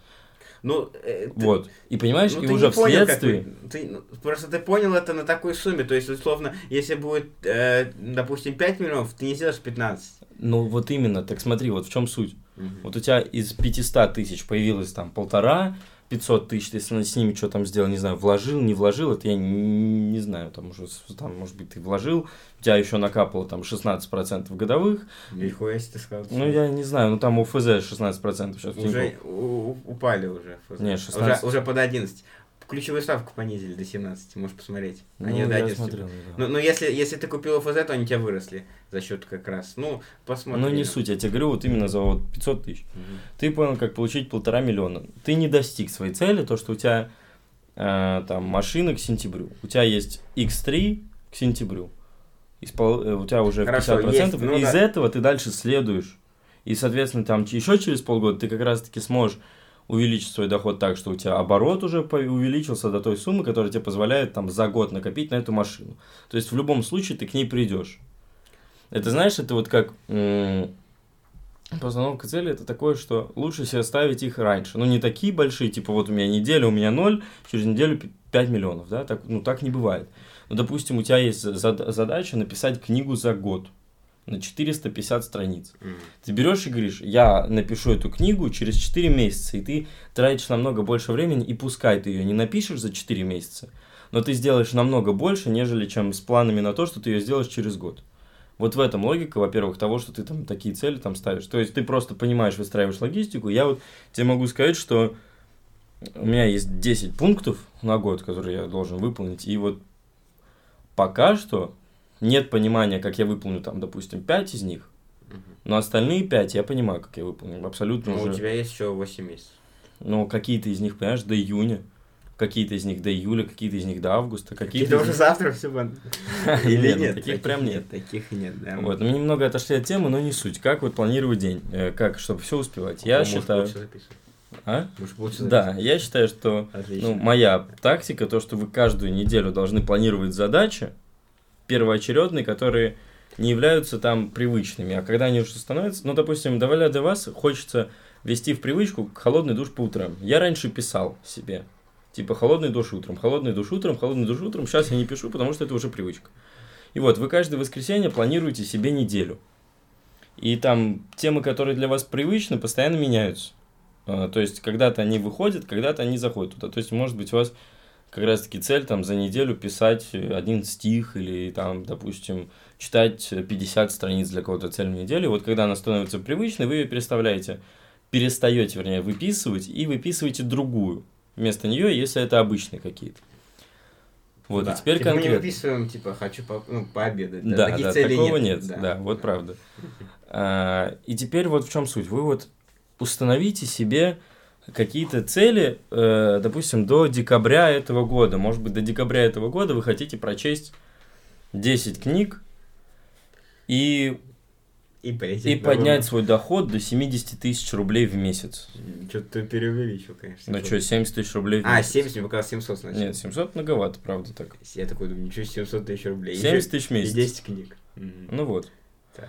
[SPEAKER 2] Ну, э, ты-
[SPEAKER 1] вот. И понимаешь,
[SPEAKER 2] ну,
[SPEAKER 1] и
[SPEAKER 2] ты
[SPEAKER 1] уже
[SPEAKER 2] не понял, как
[SPEAKER 1] вследствие...
[SPEAKER 2] вы- ты, ну, просто ты понял это на такой сумме. То есть, условно, если будет, э, допустим, 5 миллионов, ты не сделаешь 15.
[SPEAKER 1] Ну вот именно, так смотри, вот в чем суть. Вот у тебя из 500 тысяч появилось там полтора, 500 тысяч, ты с с ними что там сделал, не знаю, вложил, не вложил, это я не, не знаю, там уже, с- там, может быть, ты вложил, у тебя еще накапало там 16% годовых,
[SPEAKER 2] Нихуя себе ты сказал.
[SPEAKER 1] ну я не знаю, ну там у ФЗ 16% сейчас. в Тинькофф.
[SPEAKER 2] Уже у- у- упали уже.
[SPEAKER 1] Не,
[SPEAKER 2] Уже,
[SPEAKER 1] 16.
[SPEAKER 2] уже под 11. Ключевую ставку понизили до 17, можешь посмотреть.
[SPEAKER 1] Ну,
[SPEAKER 2] Они до
[SPEAKER 1] я
[SPEAKER 2] 11.
[SPEAKER 1] смотрел, да.
[SPEAKER 2] Ну, ну, если, если ты купил ФЗ, то они у тебя выросли за счет как раз. Ну, посмотрим.
[SPEAKER 1] Ну, не суть, я тебе говорю, вот именно за вот 500 тысяч.
[SPEAKER 2] Мгм.
[SPEAKER 1] Ты понял, как получить полтора миллиона. Ты не достиг своей цели, то, что у тебя э, там машина к сентябрю. У тебя есть X3 к сентябрю. Испол- э, У тебя уже в
[SPEAKER 2] Хорошо,
[SPEAKER 1] 50%.
[SPEAKER 2] есть, ну
[SPEAKER 1] и из
[SPEAKER 2] да.
[SPEAKER 1] этого ты дальше следуешь. И, соответственно, там еще через полгода ты как раз-таки сможешь увеличить свой доход так, что у тебя оборот уже по- увеличился до той суммы, которая тебе позволяет там за год накопить на эту машину. То есть в любом случае ты к ней придешь. Это знаешь, это вот как м, постановка цели, это такое, что лучше себе ставить их раньше. Ну, не такие большие, типа вот у меня неделя, у меня ноль, через неделю пи- 5 миллионов, да? Так, ну, так не бывает. Ну, допустим, у тебя есть зад- задача написать книгу за год на 450 страниц.
[SPEAKER 2] Мгм.
[SPEAKER 1] Ты берешь и говоришь, я напишу эту книгу через 4 месяца, и ты тратишь намного больше времени, и пускай ты ее не напишешь за 4 месяца, но ты сделаешь намного больше, нежели чем с планами на то, что ты ее сделаешь через год. Вот в этом логика, во-первых, того, что ты там такие цели там ставишь. То есть ты просто понимаешь, выстраиваешь логистику. Я вот тебе могу сказать, что у меня есть 10 пунктов на год, которые я должен выполнить, и вот пока что нет понимания, как я выполню там, допустим, 5 из них,
[SPEAKER 2] Мгм.
[SPEAKER 1] но остальные пять я понимаю, как я выполнил. Абсолютно
[SPEAKER 2] Ну, у
[SPEAKER 1] уже.
[SPEAKER 2] тебя есть еще 8 месяцев.
[SPEAKER 1] Но какие-то из них, понимаешь, до июня. Какие-то из них до июля, какие-то из них до августа, какие-то
[SPEAKER 2] Какие-то
[SPEAKER 1] из
[SPEAKER 2] уже
[SPEAKER 1] них-
[SPEAKER 2] завтра все Или
[SPEAKER 1] Нет, ну,
[SPEAKER 2] нет?
[SPEAKER 1] таких прям нет.
[SPEAKER 2] Таких нет, да.
[SPEAKER 1] Вот, мы немного отошли от темы, но не суть. Как вот планировать день? Э, Как, чтобы все успевать? Я
[SPEAKER 2] О,
[SPEAKER 1] считаю...
[SPEAKER 2] Может, лучше записывать.
[SPEAKER 1] А?
[SPEAKER 2] Может, лучше
[SPEAKER 1] Да, я считаю, что
[SPEAKER 2] записывать. Отлично.
[SPEAKER 1] ну, моя тактика, то, что вы каждую неделю должны планировать задачи, первоочередные, которые не являются там привычными. А когда они уже становятся... Ну, допустим, довольно для вас хочется вести в привычку холодный душ по утрам. Я раньше писал себе. Типа холодный душ утром, холодный душ утром, холодный душ утром. Сейчас я не пишу, потому что это уже привычка. И вот, вы каждое воскресенье планируете себе неделю. И там темы, которые для вас привычны, постоянно меняются. А, То есть, когда-то они выходят, когда-то они заходят туда. То есть, может быть, у вас как раз-таки цель там за неделю писать э, один стих или там, допустим, читать э, 50 страниц для кого-то цель в неделю. Вот когда она становится привычной, вы ее переставляете, перестаете, вернее, выписывать и выписываете другую вместо нее, если это обычные какие-то. Вот,
[SPEAKER 2] Да.
[SPEAKER 1] и теперь
[SPEAKER 2] Типа Мы не
[SPEAKER 1] конкретно.
[SPEAKER 2] выписываем, типа, хочу по- ну, пообедать.
[SPEAKER 1] Да,
[SPEAKER 2] Таких
[SPEAKER 1] да,
[SPEAKER 2] целей
[SPEAKER 1] такого нет. Да, вот правда. А, и теперь вот в чем суть. Вы вот установите себе какие-то цели, э, допустим, до декабря этого года. Может быть, до декабря этого года вы хотите прочесть 10 книг и,
[SPEAKER 2] И,
[SPEAKER 1] и поднять свой доход до 70 тысяч рублей в месяц.
[SPEAKER 2] Что-то ты преувеличил, конечно.
[SPEAKER 1] Ну что, 70 тысяч рублей в
[SPEAKER 2] А,
[SPEAKER 1] месяц?
[SPEAKER 2] 70, мне показалось 700 сначала.
[SPEAKER 1] Нет, 700 многовато, правда так.
[SPEAKER 2] Я такой думаю, ничего, себе, 700 тысяч рублей.
[SPEAKER 1] 70 тысяч в
[SPEAKER 2] И
[SPEAKER 1] месяц.
[SPEAKER 2] 10 книг. Мгм.
[SPEAKER 1] Ну вот.
[SPEAKER 2] Так.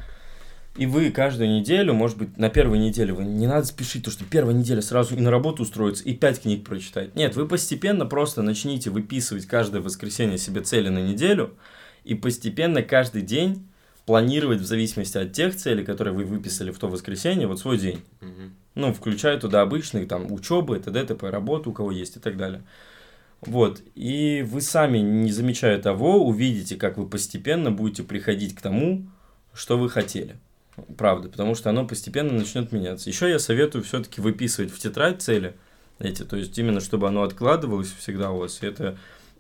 [SPEAKER 1] Ну И вы каждую неделю, может быть, на первой неделе вы не надо спешить, то что первая неделя сразу и на работу устроиться, и пять книг прочитать. Нет, вы постепенно просто начните выписывать каждое воскресенье себе цели на неделю, и постепенно каждый день планировать в зависимости от тех целей, которые вы выписали в то воскресенье, вот свой день.
[SPEAKER 2] Мгм.
[SPEAKER 1] Ну, включая туда обычные там учебы, т.д., т.п., работу, у кого есть и так далее. Вот, и вы сами, не замечая того, увидите, как вы постепенно будете приходить к тому, что вы хотели. Правда, потому что оно постепенно начнет меняться. Еще я советую все-таки выписывать в тетрадь цели эти, то есть именно чтобы оно откладывалось всегда у вас. И это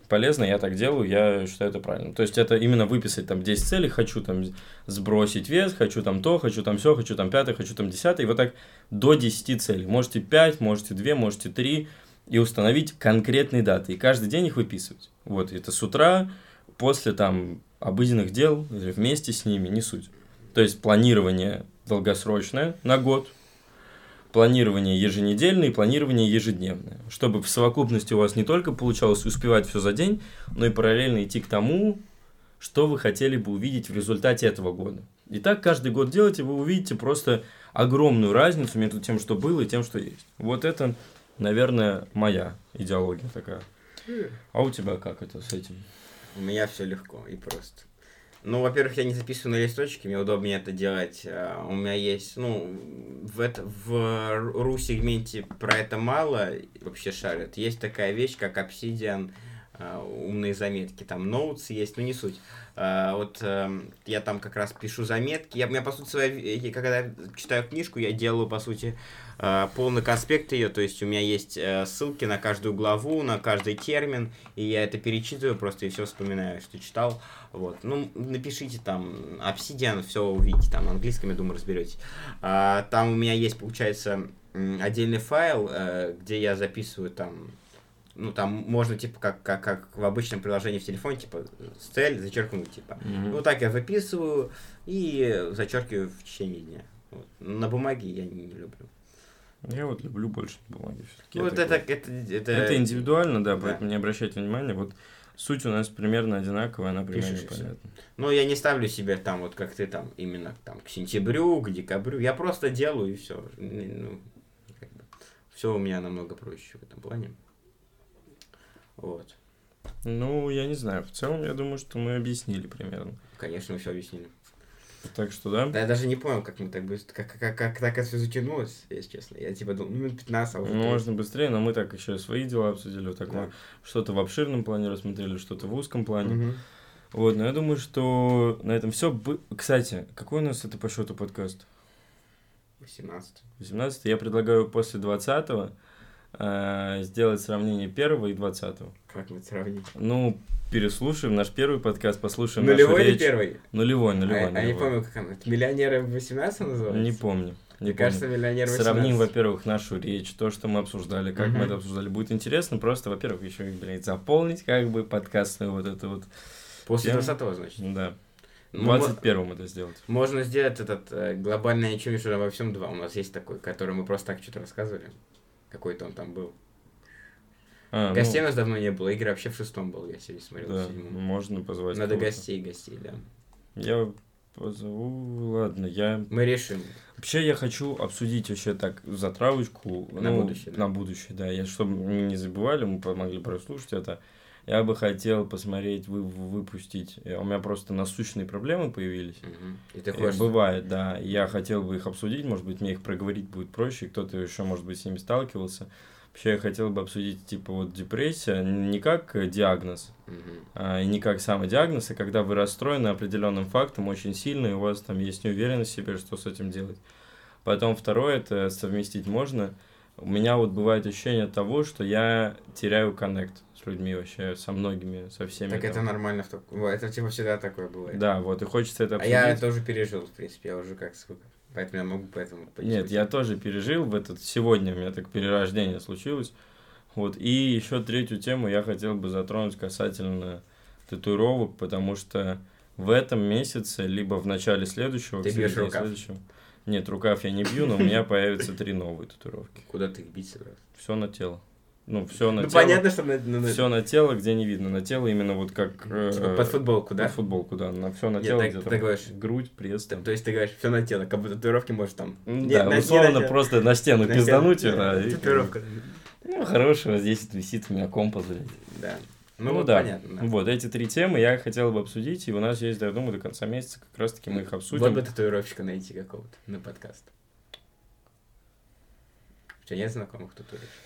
[SPEAKER 1] полезно, я так делаю, я считаю это правильно. То есть это именно выписать там 10 целей, хочу там сбросить вес, хочу там то, хочу там все, хочу там пятое, хочу там десятое, и вот так до 10 целей. Можете 5, можете 2, можете 3, и установить конкретные даты, и каждый день их выписывать. Вот, это с утра, после там обыденных дел, или вместе с ними, не суть. То есть планирование долгосрочное на год, планирование еженедельное и планирование ежедневное. Чтобы в совокупности у вас не только получалось успевать все за день, но и параллельно идти к тому, что вы хотели бы увидеть в результате этого года. И так каждый год делайте, вы увидите просто огромную разницу между тем, что было, и тем, что есть. Вот это, наверное, моя идеология такая.
[SPEAKER 2] Хм.
[SPEAKER 1] А у тебя как это с этим?
[SPEAKER 2] У меня все легко и просто. Ну, во-первых, я не записываю на листочке, мне удобнее это делать. А, У меня есть, ну, в, это, в ру-сегменте про это мало вообще шарят. Есть такая вещь, как Obsidian, а, умные заметки, там ноутс есть, ну не суть. А, Вот эм, я там как раз пишу заметки. Я, у меня, по сути, своя, ви- я когда читаю книжку, я делаю, по сути, э, полный конспект ее, то есть у меня есть э, ссылки на каждую главу, на каждый термин, и я это перечитываю просто и все вспоминаю, что читал. Вот. Ну, напишите там Obsidian, все увидите, там на английском, я думаю, разберетесь. А, там у меня есть, получается, м, отдельный файл, э, где я записываю там ну, там можно, типа, как, как, как в обычном приложении в телефоне, типа, с цель зачеркнуть, типа. Вот так я выписываю и зачеркиваю в течение дня. Вот. На бумаге я не, не люблю.
[SPEAKER 1] Я вот люблю больше на бумаге. всё-таки.
[SPEAKER 2] Ну,
[SPEAKER 1] Я
[SPEAKER 2] вот
[SPEAKER 1] такой.
[SPEAKER 2] это, это, это... э,
[SPEAKER 1] Это индивидуально, да,
[SPEAKER 2] Да.
[SPEAKER 1] поэтому не обращайте внимания. Вот суть у нас примерно одинаковая, она примерно
[SPEAKER 2] Пишешь и всё.
[SPEAKER 1] понятна.
[SPEAKER 2] Ну, я не ставлю себе там, вот как ты там, именно там к сентябрю, к декабрю. Я просто делаю и все. Ну, как бы, все у меня намного проще в этом плане. Вот.
[SPEAKER 1] Ну, я не знаю. В целом, я думаю, что мы объяснили примерно.
[SPEAKER 2] Конечно, мы все объяснили.
[SPEAKER 1] Так что, да?
[SPEAKER 2] Да я даже не понял, как мы так быстро, как, как, как так это все затянулось, если честно. Я типа думал, ну, минут 15, а уже...
[SPEAKER 1] Ну, Можно быстрее, но мы так еще свои дела обсудили. Вот так
[SPEAKER 2] Да.
[SPEAKER 1] мы что-то в обширном плане рассмотрели, что-то в узком плане.
[SPEAKER 2] Мгм.
[SPEAKER 1] Вот, но я думаю, что на этом все. Кстати, какой у нас это по счету подкаст?
[SPEAKER 2] 18.
[SPEAKER 1] 18 Я предлагаю после 20 сделать сравнение первого и 20
[SPEAKER 2] Как мы это сравним?
[SPEAKER 1] Ну, переслушаем наш первый подкаст, послушаем нашу
[SPEAKER 2] Нулевой или
[SPEAKER 1] речь.
[SPEAKER 2] первый?
[SPEAKER 1] Нулевой,
[SPEAKER 2] А,
[SPEAKER 1] нулевой.
[SPEAKER 2] а я не
[SPEAKER 1] нулевой.
[SPEAKER 2] помню, как она. Миллионеры 18 называется?
[SPEAKER 1] Не помню. Не
[SPEAKER 2] Мне
[SPEAKER 1] помню.
[SPEAKER 2] кажется, миллионер 18.
[SPEAKER 1] Сравним, во-первых, нашу речь, то, что мы обсуждали, как мы
[SPEAKER 2] Мгм.
[SPEAKER 1] это обсуждали. Будет интересно просто, во-первых, еще, блядь, заполнить как бы подкаст свой вот это вот.
[SPEAKER 2] После
[SPEAKER 1] тем-
[SPEAKER 2] 20 значит.
[SPEAKER 1] Да.
[SPEAKER 2] Ну,
[SPEAKER 1] 21 это сделать.
[SPEAKER 2] мо- Можно сделать этот э, глобальное чудо что во всем два. У нас есть такой, который мы просто так что-то рассказывали. Какой-то он там был.
[SPEAKER 1] А, ну,
[SPEAKER 2] Гостей у нас давно не было. Игорь вообще в шестом был, я сегодня смотрел. в
[SPEAKER 1] да,
[SPEAKER 2] седьмом.
[SPEAKER 1] можно позвать.
[SPEAKER 2] Надо
[SPEAKER 1] кого-то.
[SPEAKER 2] гостей, гостей, да.
[SPEAKER 1] Я позову, ладно, я...
[SPEAKER 2] Мы решим.
[SPEAKER 1] Вообще я хочу обсудить вообще так затравочку.
[SPEAKER 2] На будущее, да.
[SPEAKER 1] На будущее, да. Я, чтобы не забывали, мы помогли прослушать это. Я бы хотел посмотреть, вы, выпустить. Э, У меня просто насущные проблемы появились.
[SPEAKER 2] Мгм. И ты
[SPEAKER 1] Э,
[SPEAKER 2] хочешь...
[SPEAKER 1] Бывает, да. Я хотел бы их обсудить, может быть, мне их проговорить будет проще, кто-то еще, может быть, с ними сталкивался. Вообще, я хотел бы обсудить, типа, вот депрессия не как э, диагноз,
[SPEAKER 2] Мгм.
[SPEAKER 1] а, и не как самодиагноз, а когда вы расстроены определенным фактом очень сильно, и у вас там есть неуверенность в себе, что с этим делать. Потом второе, это совместить можно. У меня вот бывает ощущение того, что я теряю коннект с людьми вообще, со многими, со всеми.
[SPEAKER 2] Так
[SPEAKER 1] там.
[SPEAKER 2] это нормально. в так- Во, Это типа всегда такое бывает.
[SPEAKER 1] Да, вот, и хочется это
[SPEAKER 2] А
[SPEAKER 1] обсудить.
[SPEAKER 2] я тоже пережил, в принципе, я уже как сколько. Поэтому я могу поэтому
[SPEAKER 1] Нет, я тоже пережил в этот сегодня у меня так перерождение случилось. Вот и еще третью тему я хотел бы затронуть касательно татуировок, потому что в этом месяце либо в начале следующего,
[SPEAKER 2] Ты
[SPEAKER 1] в
[SPEAKER 2] бьешь
[SPEAKER 1] середине
[SPEAKER 2] рукав?
[SPEAKER 1] следующего. Нет, рукав я не бью, но у меня появятся три новые татуировки.
[SPEAKER 2] Куда ты их бить собрался?
[SPEAKER 1] Все на тело. Ну, все на
[SPEAKER 2] Ну,
[SPEAKER 1] тело.
[SPEAKER 2] понятно, что на- на- на-
[SPEAKER 1] Все на тело, где не видно. На тело именно вот как... э,
[SPEAKER 2] типа, под футболку, да?
[SPEAKER 1] под футболку, да. На все на
[SPEAKER 2] Нет,
[SPEAKER 1] тело,
[SPEAKER 2] так-
[SPEAKER 1] где
[SPEAKER 2] ты
[SPEAKER 1] там
[SPEAKER 2] так говоришь.
[SPEAKER 1] грудь, пресс.
[SPEAKER 2] Т-
[SPEAKER 1] там.
[SPEAKER 2] То есть ты говоришь, все на тело, как будто татуировки можешь там...
[SPEAKER 1] Ну
[SPEAKER 2] Не,
[SPEAKER 1] да,
[SPEAKER 2] на- не на
[SPEAKER 1] условно
[SPEAKER 2] тело.
[SPEAKER 1] просто на стену
[SPEAKER 2] На тело.
[SPEAKER 1] пиздануть,
[SPEAKER 2] Да,
[SPEAKER 1] да, и-
[SPEAKER 2] Татуировка,
[SPEAKER 1] Ну, хорошего, здесь это висит у меня компа, блядь.
[SPEAKER 2] да.
[SPEAKER 1] Ну
[SPEAKER 2] Ну, вот
[SPEAKER 1] да.
[SPEAKER 2] понятно. да.
[SPEAKER 1] Вот эти три темы я хотел бы обсудить, и у нас есть, я думаю, до конца месяца как раз-таки мы их обсудим.
[SPEAKER 2] Вот бы татуировщика найти какого-то на подкаст. У тебя нет знакомых татуировщиков?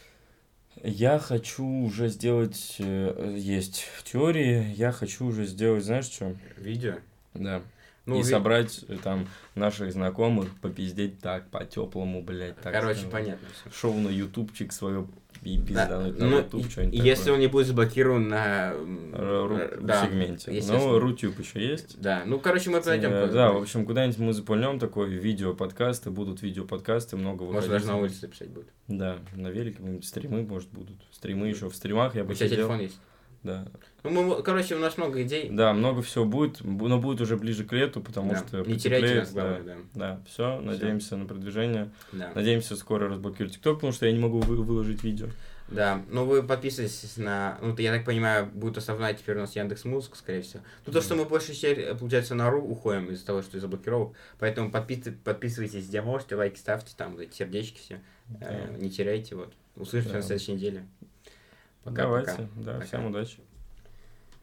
[SPEAKER 1] Я хочу уже сделать... э, Есть в теории, я хочу уже сделать, знаешь, что?
[SPEAKER 2] Видео?
[SPEAKER 1] Да.
[SPEAKER 2] Ну,
[SPEAKER 1] и
[SPEAKER 2] ви-
[SPEAKER 1] собрать э, там наших знакомых, попиздеть так, по-теплому, блядь. Так,
[SPEAKER 2] Короче,
[SPEAKER 1] сказать.
[SPEAKER 2] понятно всё.
[SPEAKER 1] Шоу на ютубчик свое и
[SPEAKER 2] Да,
[SPEAKER 1] пиздануть на
[SPEAKER 2] ну,
[SPEAKER 1] ютуб, что-нибудь
[SPEAKER 2] и- если он не будет заблокирован на... м, э, да,
[SPEAKER 1] сегменте. Ну,
[SPEAKER 2] естественно.
[SPEAKER 1] рутюб еще есть.
[SPEAKER 2] Да, ну, короче, мы это
[SPEAKER 1] Э,
[SPEAKER 2] найдем.
[SPEAKER 1] Да, в общем, куда-нибудь мы запульнем такое видео-подкасты, будут видео-подкасты, много
[SPEAKER 2] Может,
[SPEAKER 1] выходить.
[SPEAKER 2] даже на улице писать будет.
[SPEAKER 1] Да, на велике какие-нибудь стримы, может, будут. Стримы еще в стримах я
[SPEAKER 2] У
[SPEAKER 1] бы
[SPEAKER 2] тебя
[SPEAKER 1] сидел.
[SPEAKER 2] телефон есть?
[SPEAKER 1] Да.
[SPEAKER 2] Ну, мы- короче, у нас много идей.
[SPEAKER 1] да, много всего будет, бу- но будет уже ближе к лету, потому
[SPEAKER 2] Да.
[SPEAKER 1] что...
[SPEAKER 2] Не теряйте
[SPEAKER 1] потеплеет,
[SPEAKER 2] нас, главное, да.
[SPEAKER 1] Да, все, надеемся на продвижение.
[SPEAKER 2] Да.
[SPEAKER 1] Надеемся, скоро разблокируют ТикТок, потому что я не могу вы- выложить видео.
[SPEAKER 2] Да, ну вы подписывайтесь на... Ну, я так понимаю, будет основная теперь у нас Яндекс Музыка, скорее всего. Ну, то, что мы больше теперь, получается, на РУ уходим из-за того, что из-за блокировок. Поэтому подпис- подписывайтесь, где можете, лайки ставьте, там, вот эти сердечки все. Э,
[SPEAKER 1] Да.
[SPEAKER 2] Не теряйте, вот. Услышимся
[SPEAKER 1] Да.
[SPEAKER 2] на следующей неделе. Пока-пока.
[SPEAKER 1] Давайте, да,
[SPEAKER 2] Пока.
[SPEAKER 1] всем удачи.